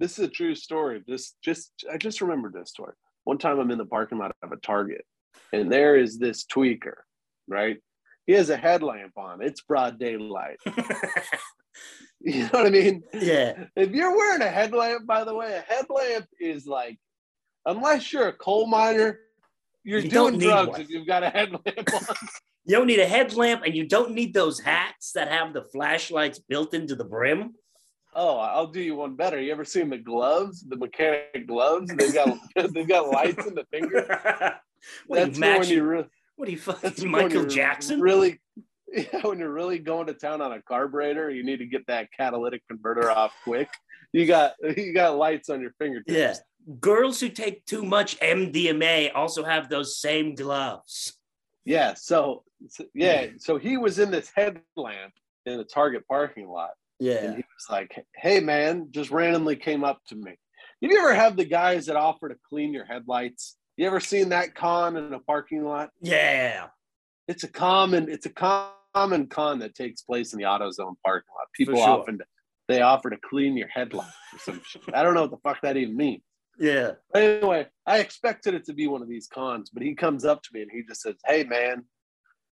[SPEAKER 2] this is a true story. This just I just remembered this story. One time I'm in the parking lot of a Target, and there is this tweaker, right? He has a headlamp on. It's broad daylight. You know what I mean?
[SPEAKER 3] yeah.
[SPEAKER 2] If you're wearing a headlamp, by the way, a headlamp is like, unless you're a coal miner, you're
[SPEAKER 3] You don't
[SPEAKER 2] doing
[SPEAKER 3] need
[SPEAKER 2] drugs
[SPEAKER 3] one.
[SPEAKER 2] if you've got a headlamp on.
[SPEAKER 3] You don't need a headlamp and you don't need those hats that have the flashlights built into the brim.
[SPEAKER 2] Oh, I'll do you one better. You ever seen the gloves, the mechanic gloves? They've got they've got lights in the finger.
[SPEAKER 3] what, are you,
[SPEAKER 2] That's for when
[SPEAKER 3] matching,
[SPEAKER 2] you re-
[SPEAKER 3] what are you
[SPEAKER 2] that's
[SPEAKER 3] fucking
[SPEAKER 2] for
[SPEAKER 3] Michael
[SPEAKER 2] when you're
[SPEAKER 3] Jackson?
[SPEAKER 2] Really, yeah, when you're really going to town on a carburetor, you need to get that catalytic converter off quick. You got you got lights on your fingertips.
[SPEAKER 3] yeah. Girls who take too much MDMA also have those same gloves.
[SPEAKER 2] Yeah. So so- yeah. So he was in this headlamp in the Target parking lot. And
[SPEAKER 3] Yeah.
[SPEAKER 2] he was like, hey, man, just randomly came up to me. Did you ever have the guys that offer to clean your headlights? You ever seen that con in a parking lot?
[SPEAKER 3] Yeah.
[SPEAKER 2] It's a common, it's a common con that takes place in the AutoZone parking lot. People
[SPEAKER 3] sure.
[SPEAKER 2] often they offer to clean your headlights or some shit. I don't know what the fuck that even means.
[SPEAKER 3] Yeah.
[SPEAKER 2] But anyway, I expected it to be one of these cons, but he comes up to me and he just says, Hey man,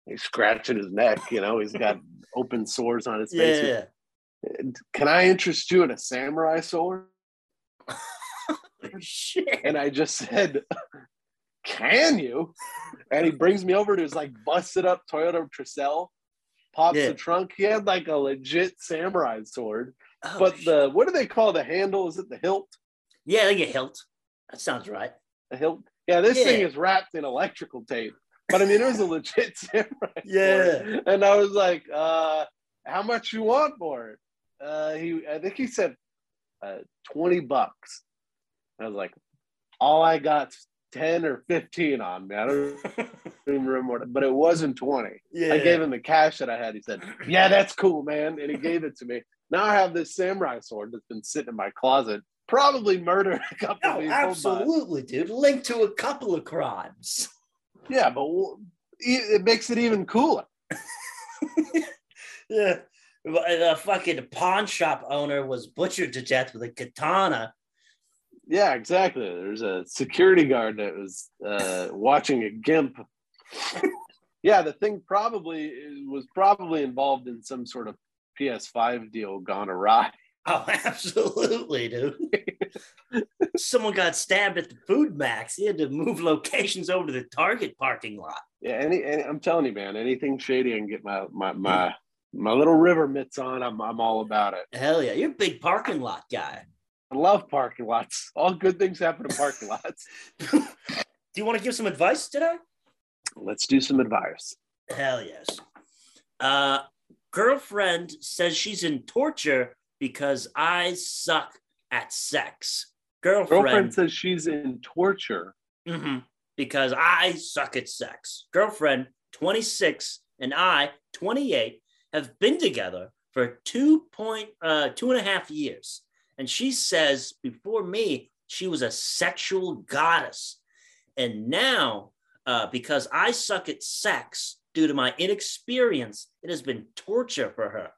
[SPEAKER 2] he's scratching his neck, you know, he's got open sores on his face.
[SPEAKER 3] Yeah.
[SPEAKER 2] Can I interest you in a samurai sword?
[SPEAKER 3] Shit.
[SPEAKER 2] And I just said, Can you? And he brings me over to his like busted up Toyota Tercel, pops
[SPEAKER 3] Yeah.
[SPEAKER 2] the trunk. He had like a legit samurai sword,
[SPEAKER 3] Oh,
[SPEAKER 2] but
[SPEAKER 3] shit.
[SPEAKER 2] the what do they call the handle? Is it the hilt?
[SPEAKER 3] yeah, they get hilt. That sounds right.
[SPEAKER 2] The hilt? Yeah, this thing
[SPEAKER 3] Yeah.
[SPEAKER 2] is wrapped in electrical tape. But I mean, it was a legit samurai.
[SPEAKER 3] Yeah.
[SPEAKER 2] sword. And I was like, uh, How much you want for it? Uh, he, I think he said uh, 20 bucks. I was like, All I got's 10 or 15 on me. I don't even remember, what- but it wasn't 20.
[SPEAKER 3] yeah.
[SPEAKER 2] I gave him the cash that I had. He said, Yeah, that's cool, man. And he gave it to me. Now I have this samurai sword that's been sitting in my closet, probably murdered a couple
[SPEAKER 3] No,
[SPEAKER 2] people. but-
[SPEAKER 3] absolutely, dude. Linked to a couple of crimes.
[SPEAKER 2] yeah, but w- e- it makes it even cooler.
[SPEAKER 3] Yeah. A uh, fucking pawn shop owner was butchered to death with a katana.
[SPEAKER 2] Yeah, exactly. There's a security guard that was uh, watching a gimp. yeah, the thing probably was probably involved in some sort of PS5 deal gone awry.
[SPEAKER 3] Oh, absolutely, dude. Someone got stabbed at the food max. He had to move locations over to the Target parking lot.
[SPEAKER 2] Yeah, any, any I'm telling you, man, anything shady I can get my my my, my little river mitts on, I'm I'm all about it.
[SPEAKER 3] Hell yeah. You're a big parking lot guy.
[SPEAKER 2] I love parking lots. All good things happen in parking lots.
[SPEAKER 3] Do you want to give some advice today?
[SPEAKER 2] Let's do some advice.
[SPEAKER 3] Hell yes. Uh, girlfriend says she's in torture because I suck at sex.
[SPEAKER 2] Girlfriend
[SPEAKER 3] Girlfriend,
[SPEAKER 2] says she's in torture.
[SPEAKER 3] Mhm. because I suck at sex. Girlfriend, 26, and I, 28, have been together for two point uh, two and a half years. And she says before me, she was a sexual goddess. And now, uh, because I suck at sex due to my inexperience, it has been torture for her.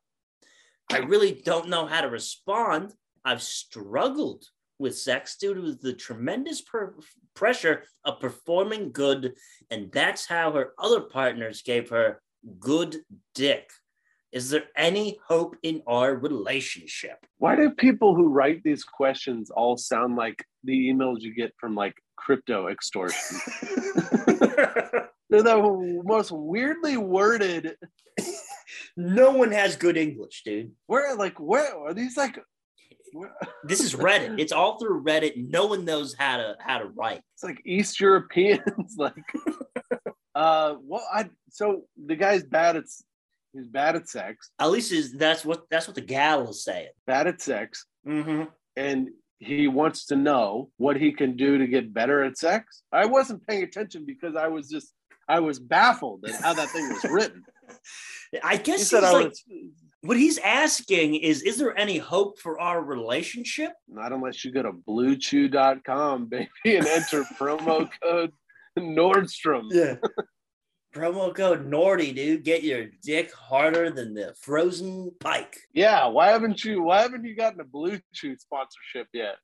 [SPEAKER 3] I really don't know how to respond. I've struggled with sex due to the tremendous per- pressure of performing good, and that's how her other partners gave her good dick. Is there any hope in our relationship?
[SPEAKER 2] Why do people who write these questions all sound like the emails you get from like crypto extortion? They're the most weirdly worded.
[SPEAKER 3] no one has good English, dude.
[SPEAKER 2] Where like where are these like? where-
[SPEAKER 3] This is Reddit. It's all through Reddit. No one knows how to how to write.
[SPEAKER 2] It's like East Europeans. like, uh, well, I so the guy's bad at s- he's bad at sex,
[SPEAKER 3] At least is that's what that's what the gal is saying.
[SPEAKER 2] bad at sex,
[SPEAKER 3] Mm-hmm.
[SPEAKER 2] and he wants to know what he can do to get better at sex. I wasn't paying attention because I was just I was baffled at how that thing was written.
[SPEAKER 3] I
[SPEAKER 2] He
[SPEAKER 3] guess
[SPEAKER 2] said
[SPEAKER 3] he's
[SPEAKER 2] I
[SPEAKER 3] like
[SPEAKER 2] was
[SPEAKER 3] What he's asking is, is there any hope for our relationship?
[SPEAKER 2] Not unless you go to bluechew.com, baby, and enter promo code Nordstrom.
[SPEAKER 3] Yeah. Promo code Nordy, dude. Get your dick harder than the frozen pike.
[SPEAKER 2] Yeah, why haven't you why haven't you gotten a Blue Chew sponsorship yet?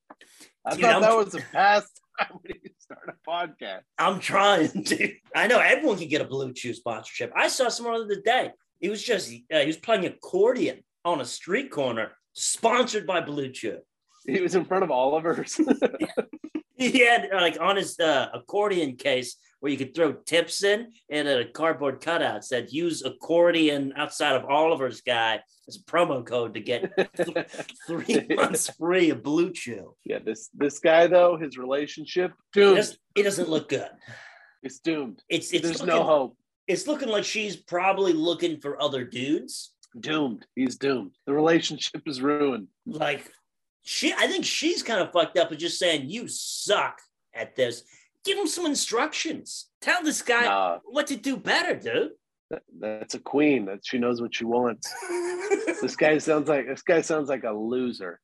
[SPEAKER 2] I
[SPEAKER 3] Dude,
[SPEAKER 2] thought
[SPEAKER 3] I'm-
[SPEAKER 2] that was a past time when you start a podcast.
[SPEAKER 3] I'm trying, dude. I know everyone can get a Blue Chew sponsorship. I saw someone the other day. He was just uh, he was playing accordion on a street corner, sponsored by Blue Chew.
[SPEAKER 2] He was in front of Oliver's.
[SPEAKER 3] He had uh, like on his uh, accordion case where you could throw tips in, and a cardboard cutout said "Use accordion outside of Oliver's guy" as a promo code to get three months free of Blue Chew.
[SPEAKER 2] yeah, this this guy though, his relationship,
[SPEAKER 3] It
[SPEAKER 2] doomed.
[SPEAKER 3] doesn't, it doesn't look good.
[SPEAKER 2] it's doomed.
[SPEAKER 3] It's it's
[SPEAKER 2] There's
[SPEAKER 3] looking,
[SPEAKER 2] no hope.
[SPEAKER 3] It's looking like she's probably looking for other dudes.
[SPEAKER 2] Doomed. He's doomed. The relationship is ruined.
[SPEAKER 3] like she i think she's kind of fucked up with just saying you suck at this give him some instructions tell this guy
[SPEAKER 2] Nah,
[SPEAKER 3] what to do better dude
[SPEAKER 2] that's a queen. That she knows what she wants. This guy sounds like this guy sounds like a loser.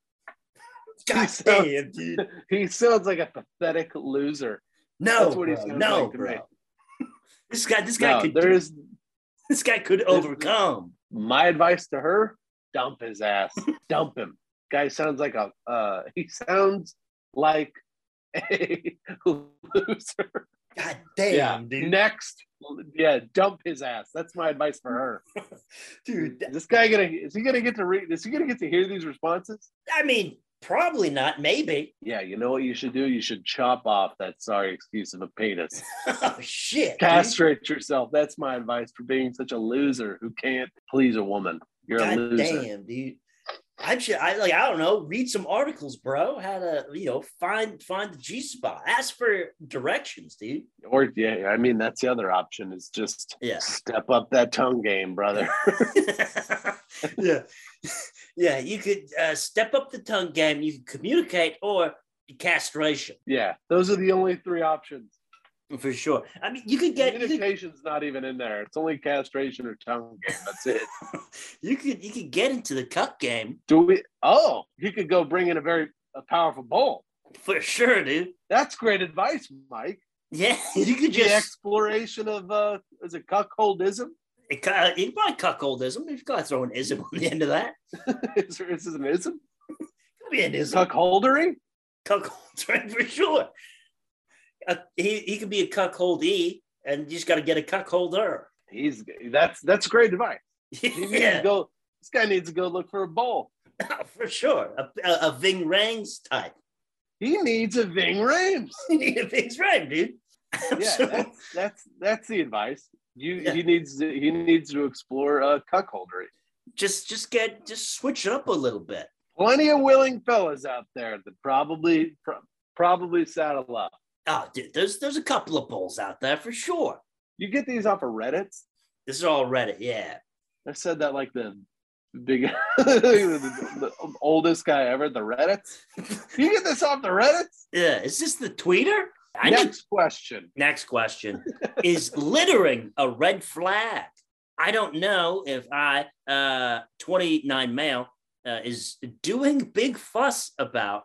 [SPEAKER 3] god
[SPEAKER 2] So-
[SPEAKER 3] damn dude
[SPEAKER 2] He sounds like a pathetic loser.
[SPEAKER 3] no
[SPEAKER 2] That's what he
[SPEAKER 3] bro,
[SPEAKER 2] sounds
[SPEAKER 3] no
[SPEAKER 2] like to
[SPEAKER 3] bro
[SPEAKER 2] me.
[SPEAKER 3] this guy this guy
[SPEAKER 2] No,
[SPEAKER 3] could
[SPEAKER 2] there is
[SPEAKER 3] this guy could overcome
[SPEAKER 2] my advice to her: dump his ass, dump him. Guy sounds like a uh, he sounds like a loser.
[SPEAKER 3] god damn dude
[SPEAKER 2] Next, yeah, dump his ass. That's my advice for her.
[SPEAKER 3] dude
[SPEAKER 2] Is this guy gonna is he gonna get to read? Is he gonna get to hear these responses?
[SPEAKER 3] i mean probably not maybe
[SPEAKER 2] Yeah, you know what you should do? You should chop off that sorry excuse of a penis.
[SPEAKER 3] oh shit dude.
[SPEAKER 2] Castrate yourself. That's my advice for being such a loser who can't please a woman. You're a
[SPEAKER 3] God
[SPEAKER 2] loser.
[SPEAKER 3] damn, dude. I should I like I don't know, read some articles, bro. How to, you know, find find the G spot. Ask for directions, dude.
[SPEAKER 2] Or yeah, I mean that's the other option is just
[SPEAKER 3] Yeah.
[SPEAKER 2] step up that tongue game, brother.
[SPEAKER 3] yeah. yeah, you could uh, step up the tongue game, you could communicate or castration
[SPEAKER 2] yeah, those are the only three options.
[SPEAKER 3] for sure. I mean, you could get you could,
[SPEAKER 2] Communication's not even in there. It's only castration or tongue game. That's it.
[SPEAKER 3] you could you could get into the cup game
[SPEAKER 2] Do we? Oh, you could go bring in a very a powerful bowl.
[SPEAKER 3] for sure, dude.
[SPEAKER 2] That's great advice, Mike.
[SPEAKER 3] Yeah, you could
[SPEAKER 2] The
[SPEAKER 3] just
[SPEAKER 2] exploration of uh, is it cuckoldism?
[SPEAKER 3] it, cu- you could probably cuckoldism. You've got to throw an ism on the end of that.
[SPEAKER 2] is, there, is this an ism?
[SPEAKER 3] Could be an ism.
[SPEAKER 2] Cuckoldery?
[SPEAKER 3] cuckold right for sure. Uh, he he could be a cuckold e, and you just got to get a cuckolder.
[SPEAKER 2] He's that's that's great advice. He needs to
[SPEAKER 3] yeah,
[SPEAKER 2] go. This guy needs to go look for a bowl.
[SPEAKER 3] for sure. A, a, a Ving Rangs type.
[SPEAKER 2] He needs a Ving Rames.
[SPEAKER 3] You need a Ving Rang, dude.
[SPEAKER 2] yeah,
[SPEAKER 3] Absolutely.
[SPEAKER 2] that's, that's that's the advice. You
[SPEAKER 3] Yeah.
[SPEAKER 2] he needs to, he needs to explore uh, cuckoldery.
[SPEAKER 3] just just get just switch it up a little bit.
[SPEAKER 2] Plenty of willing fellas out there that probably pro- probably saddle up.
[SPEAKER 3] Oh, dude, there's there's a couple of bulls out there for sure.
[SPEAKER 2] You get these off of Reddit.
[SPEAKER 3] This is all Reddit, yeah.
[SPEAKER 2] I said that like the big the, the oldest guy ever. The Reddit. You get this off the Reddit.
[SPEAKER 3] Yeah, is this the tweeter? I need
[SPEAKER 2] Next question.
[SPEAKER 3] Next question is littering a red flag. I don't know if I, uh, 29 male, uh, is doing big fuss about,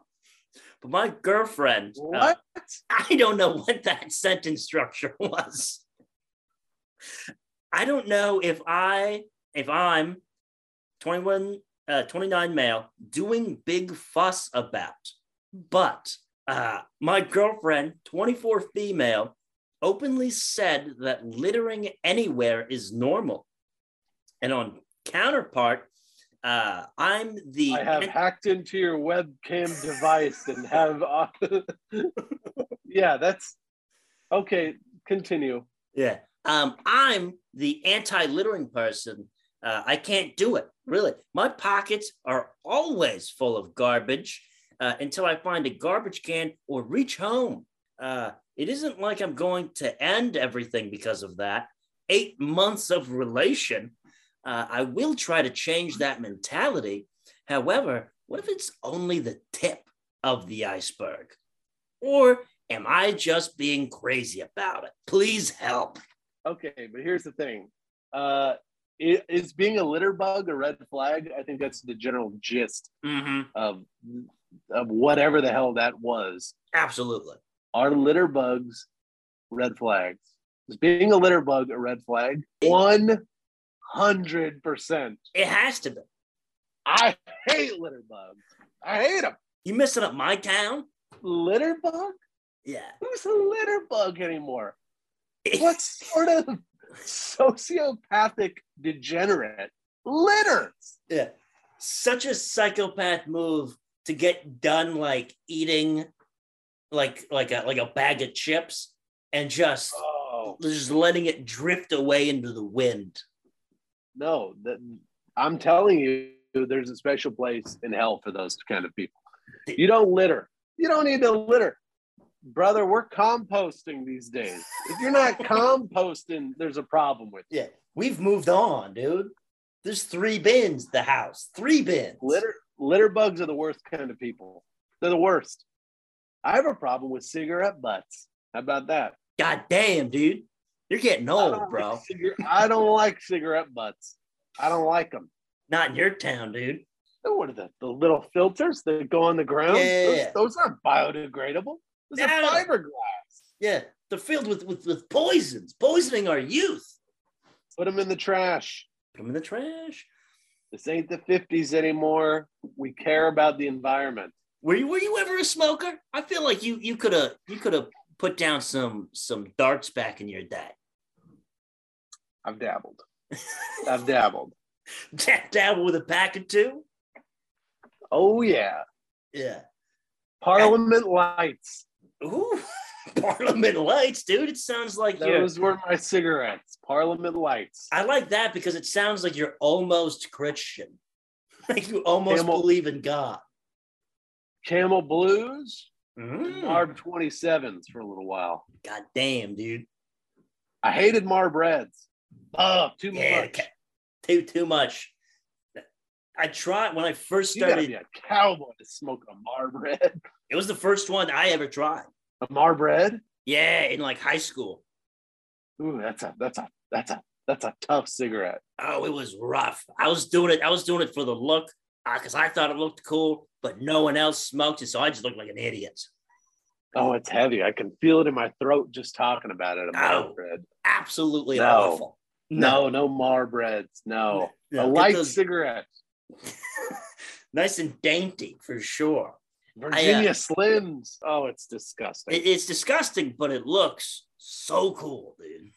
[SPEAKER 3] but my girlfriend, uh,
[SPEAKER 2] What?
[SPEAKER 3] I don't know what that sentence structure was. I don't know if I, if I'm 21, uh, 29 male, doing big fuss about, but uh, my girlfriend, 24 female, openly said that littering anywhere is normal. And on counterpart, uh, I'm the
[SPEAKER 2] I have hacked into your webcam device and have. Uh, yeah, that's okay. Continue.
[SPEAKER 3] Yeah. Um, I'm the anti littering person. Uh, I can't do it, really. My pockets are always full of garbage uh, until I find a garbage can or reach home. Uh, it isn't like I'm going to end everything because of that. Eight months of relation. Uh, I will try to change that mentality. However, what if it's only the tip of the iceberg? Or am I just being crazy about it? Please help.
[SPEAKER 2] Okay, but here's the thing. Uh, i- is being a litter bug a red flag? I think that's the general gist
[SPEAKER 3] hmm
[SPEAKER 2] of of whatever the hell that was.
[SPEAKER 3] Absolutely.
[SPEAKER 2] Are litter bugs red flags? Is being a litter bug a red flag? One hundred percent.
[SPEAKER 3] It has to be.
[SPEAKER 2] I hate litter bugs. I hate them.
[SPEAKER 3] You messing up my town?
[SPEAKER 2] Litter bug?
[SPEAKER 3] Yeah.
[SPEAKER 2] Who's a litter bug anymore? What sort of sociopathic degenerate litters?
[SPEAKER 3] Yeah. Such a psychopath move to get done like eating like like a like a bag of chips and just
[SPEAKER 2] Oh
[SPEAKER 3] just letting it drift away into the wind.
[SPEAKER 2] no! That, I'm telling you, there's a special place in hell for those kind of people. You don't litter. You don't need to litter, brother. We're composting these days. If you're not composting, there's a problem with you.
[SPEAKER 3] Yeah. We've moved on, dude. There's three bins, the house. Three bins.
[SPEAKER 2] Litter litter bugs are the worst kind of people. They're the worst. I have a problem with cigarette butts. How about that?
[SPEAKER 3] God damn, dude. You're getting
[SPEAKER 2] I
[SPEAKER 3] old,
[SPEAKER 2] don't
[SPEAKER 3] Oh, bro.
[SPEAKER 2] Like cigar- I don't like cigarette butts. I don't like them.
[SPEAKER 3] Not in your town, dude.
[SPEAKER 2] What are the, the little filters that go on the ground?
[SPEAKER 3] Yeah.
[SPEAKER 2] Those, those aren't biodegradable. Those are
[SPEAKER 3] No.
[SPEAKER 2] fiberglass.
[SPEAKER 3] Yeah. They're filled with with, with poisons, poisoning our youth.
[SPEAKER 2] Put them in the trash.
[SPEAKER 3] Put them in the trash.
[SPEAKER 2] This ain't the 50s anymore. We care about the environment.
[SPEAKER 3] Were you were you ever a smoker? I feel like you you could have you could have put down some some darts back in your day.
[SPEAKER 2] I've dabbled. I've dabbled.
[SPEAKER 3] Dab- Dabble with a pack or two.
[SPEAKER 2] Oh, yeah.
[SPEAKER 3] Yeah.
[SPEAKER 2] Parliament lights.
[SPEAKER 3] Ooh, Parliament Lights, dude. It sounds like you're.
[SPEAKER 2] Those were my cigarettes. Parliament lights.
[SPEAKER 3] I like that because it sounds like you're almost Christian. Like you almost
[SPEAKER 2] Camel.
[SPEAKER 3] believe in God.
[SPEAKER 2] Camel blues.
[SPEAKER 3] Mm.
[SPEAKER 2] Marb 27s for a little while.
[SPEAKER 3] God damn, dude.
[SPEAKER 2] I hated Marb Reds. Oh, too
[SPEAKER 3] Yeah,
[SPEAKER 2] much.
[SPEAKER 3] ca- too too much. I tried when I first
[SPEAKER 2] You gotta
[SPEAKER 3] started.
[SPEAKER 2] be a cowboy to smoke a Marb Red.
[SPEAKER 3] It was the first one I ever tried.
[SPEAKER 2] A Marb Red?
[SPEAKER 3] Yeah, in like high school.
[SPEAKER 2] Ooh, that's a that's a that's a that's a tough cigarette.
[SPEAKER 3] Oh, it was rough. I was doing it. I was doing it for the look, because I thought it looked cool, but no one else smoked it, so I just looked like an idiot.
[SPEAKER 2] Oh, it's heavy. I can feel it in my throat just talking about it. A Marb
[SPEAKER 3] Ow.
[SPEAKER 2] Red.
[SPEAKER 3] Absolutely
[SPEAKER 2] No.
[SPEAKER 3] awful.
[SPEAKER 2] No, no Marb Reds. No,
[SPEAKER 3] No,
[SPEAKER 2] a
[SPEAKER 3] get
[SPEAKER 2] light
[SPEAKER 3] those-
[SPEAKER 2] cigarette.
[SPEAKER 3] nice and dainty for sure.
[SPEAKER 2] Virginia Slims. Oh, it's disgusting.
[SPEAKER 3] uh, It-
[SPEAKER 2] It,
[SPEAKER 3] it's disgusting, but it looks so cool, dude.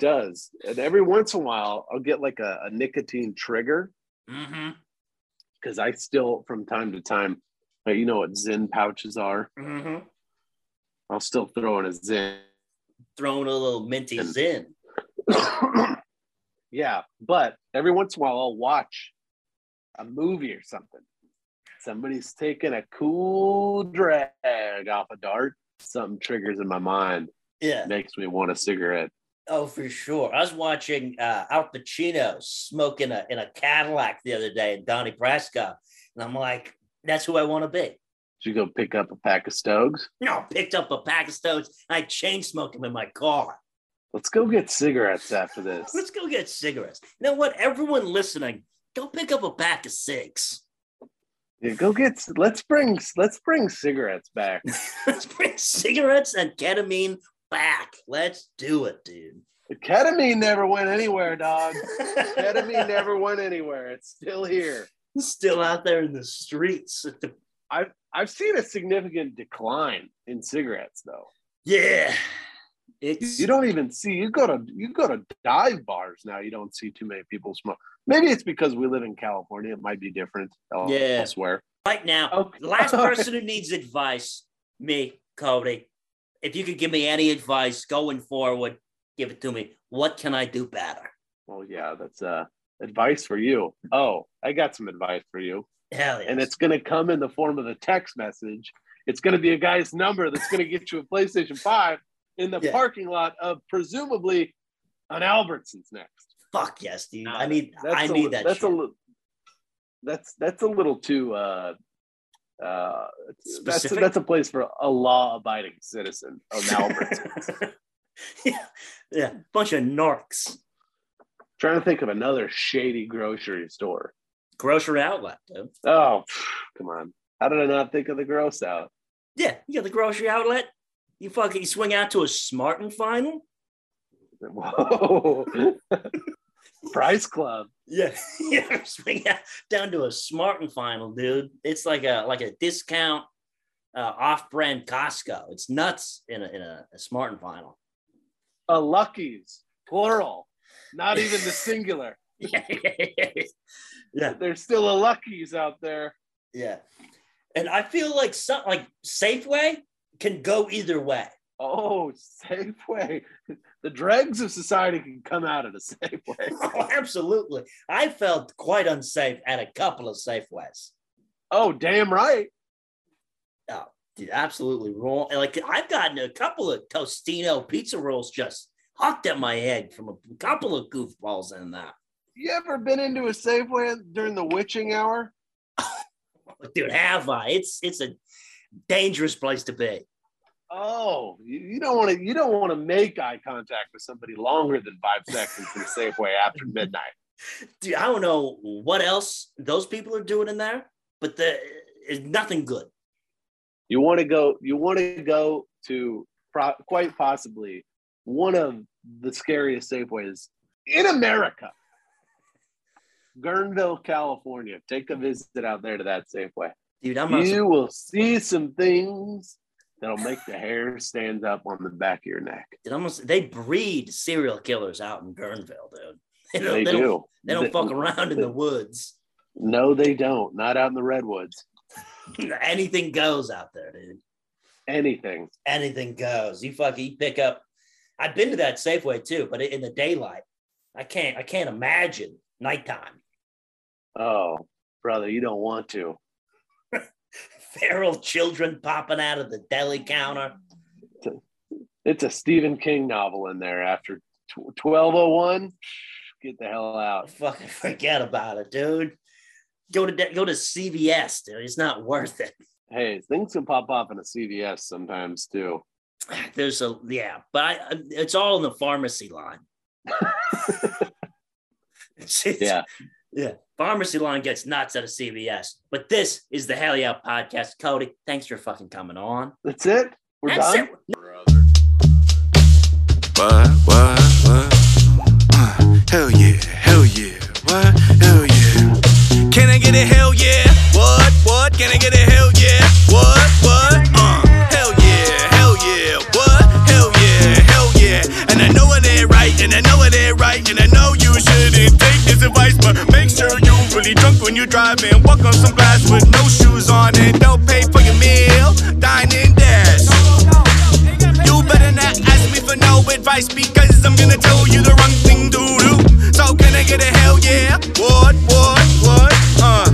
[SPEAKER 2] does. And every once in a while, I'll get like a, a nicotine trigger
[SPEAKER 3] Mm-hmm.
[SPEAKER 2] because I still, from time to time, uh, you know what Zen pouches are.
[SPEAKER 3] Mm-hmm.
[SPEAKER 2] I'll still throw in a Zen.
[SPEAKER 3] Throwing a little minty
[SPEAKER 2] And-
[SPEAKER 3] in.
[SPEAKER 2] yeah, but every once in a while I'll watch a movie or something. Somebody's taking a cool drag off a dart. Something triggers in my mind,
[SPEAKER 3] Yeah.
[SPEAKER 2] makes me want a cigarette.
[SPEAKER 3] Oh, for sure. I was watching uh, Al Pacino smoking a, in a Cadillac the other day in Donnie Brasco, and I'm like, that's who I want to be.
[SPEAKER 2] Should go pick up a pack of Stogs.
[SPEAKER 3] No, picked up a pack of stones. I chain smoked them in my car.
[SPEAKER 2] Let's go get cigarettes after this.
[SPEAKER 3] Let's go get cigarettes. You know what? Everyone listening, go pick up a pack of six.
[SPEAKER 2] Yeah, go get. Let's bring. Let's bring cigarettes back.
[SPEAKER 3] Let's bring cigarettes and ketamine back. Let's do it, dude.
[SPEAKER 2] Ketamine never went anywhere, dog. Ketamine never went anywhere. It's still here.
[SPEAKER 3] still out there in the streets.
[SPEAKER 2] I've seen a significant decline in cigarettes though.
[SPEAKER 3] yeah. It's,
[SPEAKER 2] You don't even see you go to you go to dive bars now. You don't see too many people smoke. Maybe it's because we live in California. It might be different el-
[SPEAKER 3] Yeah.
[SPEAKER 2] elsewhere.
[SPEAKER 3] right now,
[SPEAKER 2] Okay.
[SPEAKER 3] The last person who needs advice, me, Cody. If you could give me any advice going forward, give it to me. What can I do better?
[SPEAKER 2] Well, yeah, that's uh, advice for you. Oh, I got some advice for you,
[SPEAKER 3] Hell yeah.
[SPEAKER 2] and it's going to come in the form of a text message. It's going to be a guy's number that's going to get you a PlayStation Five in the
[SPEAKER 3] Yeah.
[SPEAKER 2] parking lot of presumably an Albertsons next.
[SPEAKER 3] fuck yes, dude.
[SPEAKER 2] Nah,
[SPEAKER 3] I need
[SPEAKER 2] That's
[SPEAKER 3] I
[SPEAKER 2] a
[SPEAKER 3] need
[SPEAKER 2] li-
[SPEAKER 3] that
[SPEAKER 2] That's a
[SPEAKER 3] shit.
[SPEAKER 2] li- that's that's a little too. Uh, uh, that's
[SPEAKER 3] Specific?
[SPEAKER 2] that's a place for a law-abiding citizen of Albert.
[SPEAKER 3] yeah, yeah, bunch of narcs.
[SPEAKER 2] Trying to think of another shady grocery store.
[SPEAKER 3] Grocery outlet, dude.
[SPEAKER 2] Oh, come on. How did I not think of the gross out?
[SPEAKER 3] Yeah, you got the grocery outlet. You fucking you swing out to a smart and final.
[SPEAKER 2] Whoa. Price Club.
[SPEAKER 3] Yeah, yeah, swing out down to a smart and final, dude. It's like a like a discount uh, off-brand Costco. It's nuts in a in a, a smart and final.
[SPEAKER 2] A Lucky's, plural, not even the singular.
[SPEAKER 3] yeah, yeah,
[SPEAKER 2] There's still a Lucky's out there.
[SPEAKER 3] yeah. And I feel like some like Safeway can go either way.
[SPEAKER 2] Oh, Safeway. The dregs of society can come out at a Safeway.
[SPEAKER 3] Oh, absolutely. I felt quite unsafe at a couple of Safeways.
[SPEAKER 2] Oh, damn right.
[SPEAKER 3] Dude, absolutely wrong. And, Like I've gotten a couple of Tostino pizza rolls just hucked at my head from a couple of goofballs in that.
[SPEAKER 2] You ever been into a Safeway during the witching hour?
[SPEAKER 3] Dude, have I? It's it's a dangerous place to be.
[SPEAKER 2] Oh, you, you don't want to. You don't want to make eye contact with somebody longer than five seconds in a Safeway after midnight.
[SPEAKER 3] Dude, I don't know what else those people are doing in there, but the it's nothing good.
[SPEAKER 2] You want to go. You want to go to pro, quite possibly one of the scariest Safeways in America, Guerneville, California. Take a visit out there to that Safeway.
[SPEAKER 3] Dude, I'm not,
[SPEAKER 2] You will see some things that'll make the hair stand up on the back of your neck.
[SPEAKER 3] dude, I'm not- they breed serial killers out in Guerneville, dude.
[SPEAKER 2] They
[SPEAKER 3] They don't, they don't-
[SPEAKER 2] do.
[SPEAKER 3] they don't
[SPEAKER 2] They-
[SPEAKER 3] fuck around in the woods.
[SPEAKER 2] No, they don't. Not out in the redwoods.
[SPEAKER 3] Anything goes out there, dude.
[SPEAKER 2] Anything.
[SPEAKER 3] Anything goes. You fucking you pick up. I've been to that Safeway too, but in the daylight, I can't. I can't imagine nighttime.
[SPEAKER 2] Oh, brother, you don't want to.
[SPEAKER 3] Feral children popping out of the deli counter.
[SPEAKER 2] It's a Stephen King novel in there after tw- 1201. Get the hell out.
[SPEAKER 3] Fucking forget about it, dude. Go to de- go to CVS, dude. It's not worth it.
[SPEAKER 2] Hey, things can pop off in a CVS sometimes too.
[SPEAKER 3] There's a yeah, but I, it's all in the pharmacy line. It's- it's-
[SPEAKER 2] Yeah.
[SPEAKER 3] Pharmacy line gets nuts out of CVS. But this is the Hell Yeah podcast. Cody, thanks for fucking coming on.
[SPEAKER 2] That's it. We're
[SPEAKER 3] That's
[SPEAKER 2] done.
[SPEAKER 3] it.
[SPEAKER 1] What, what, what? Uh, hell yeah, hell yeah, what, hell yeah. Can I get a hell yeah? What, what? Can I get a hell yeah? What, what? Uh, hell yeah, hell yeah, what? Hell yeah, hell yeah. And I know it ain't right, and I know it ain't right, and I know you shouldn't take this advice, but make sure you really drunk when you drive and walk on some glass with no shoes on and don't pay for your meal. Dine and dash. You better not ask me for no advice because I'm gonna tell you the wrong thing to do. So can I get a hell yeah? What, what, what? Uh,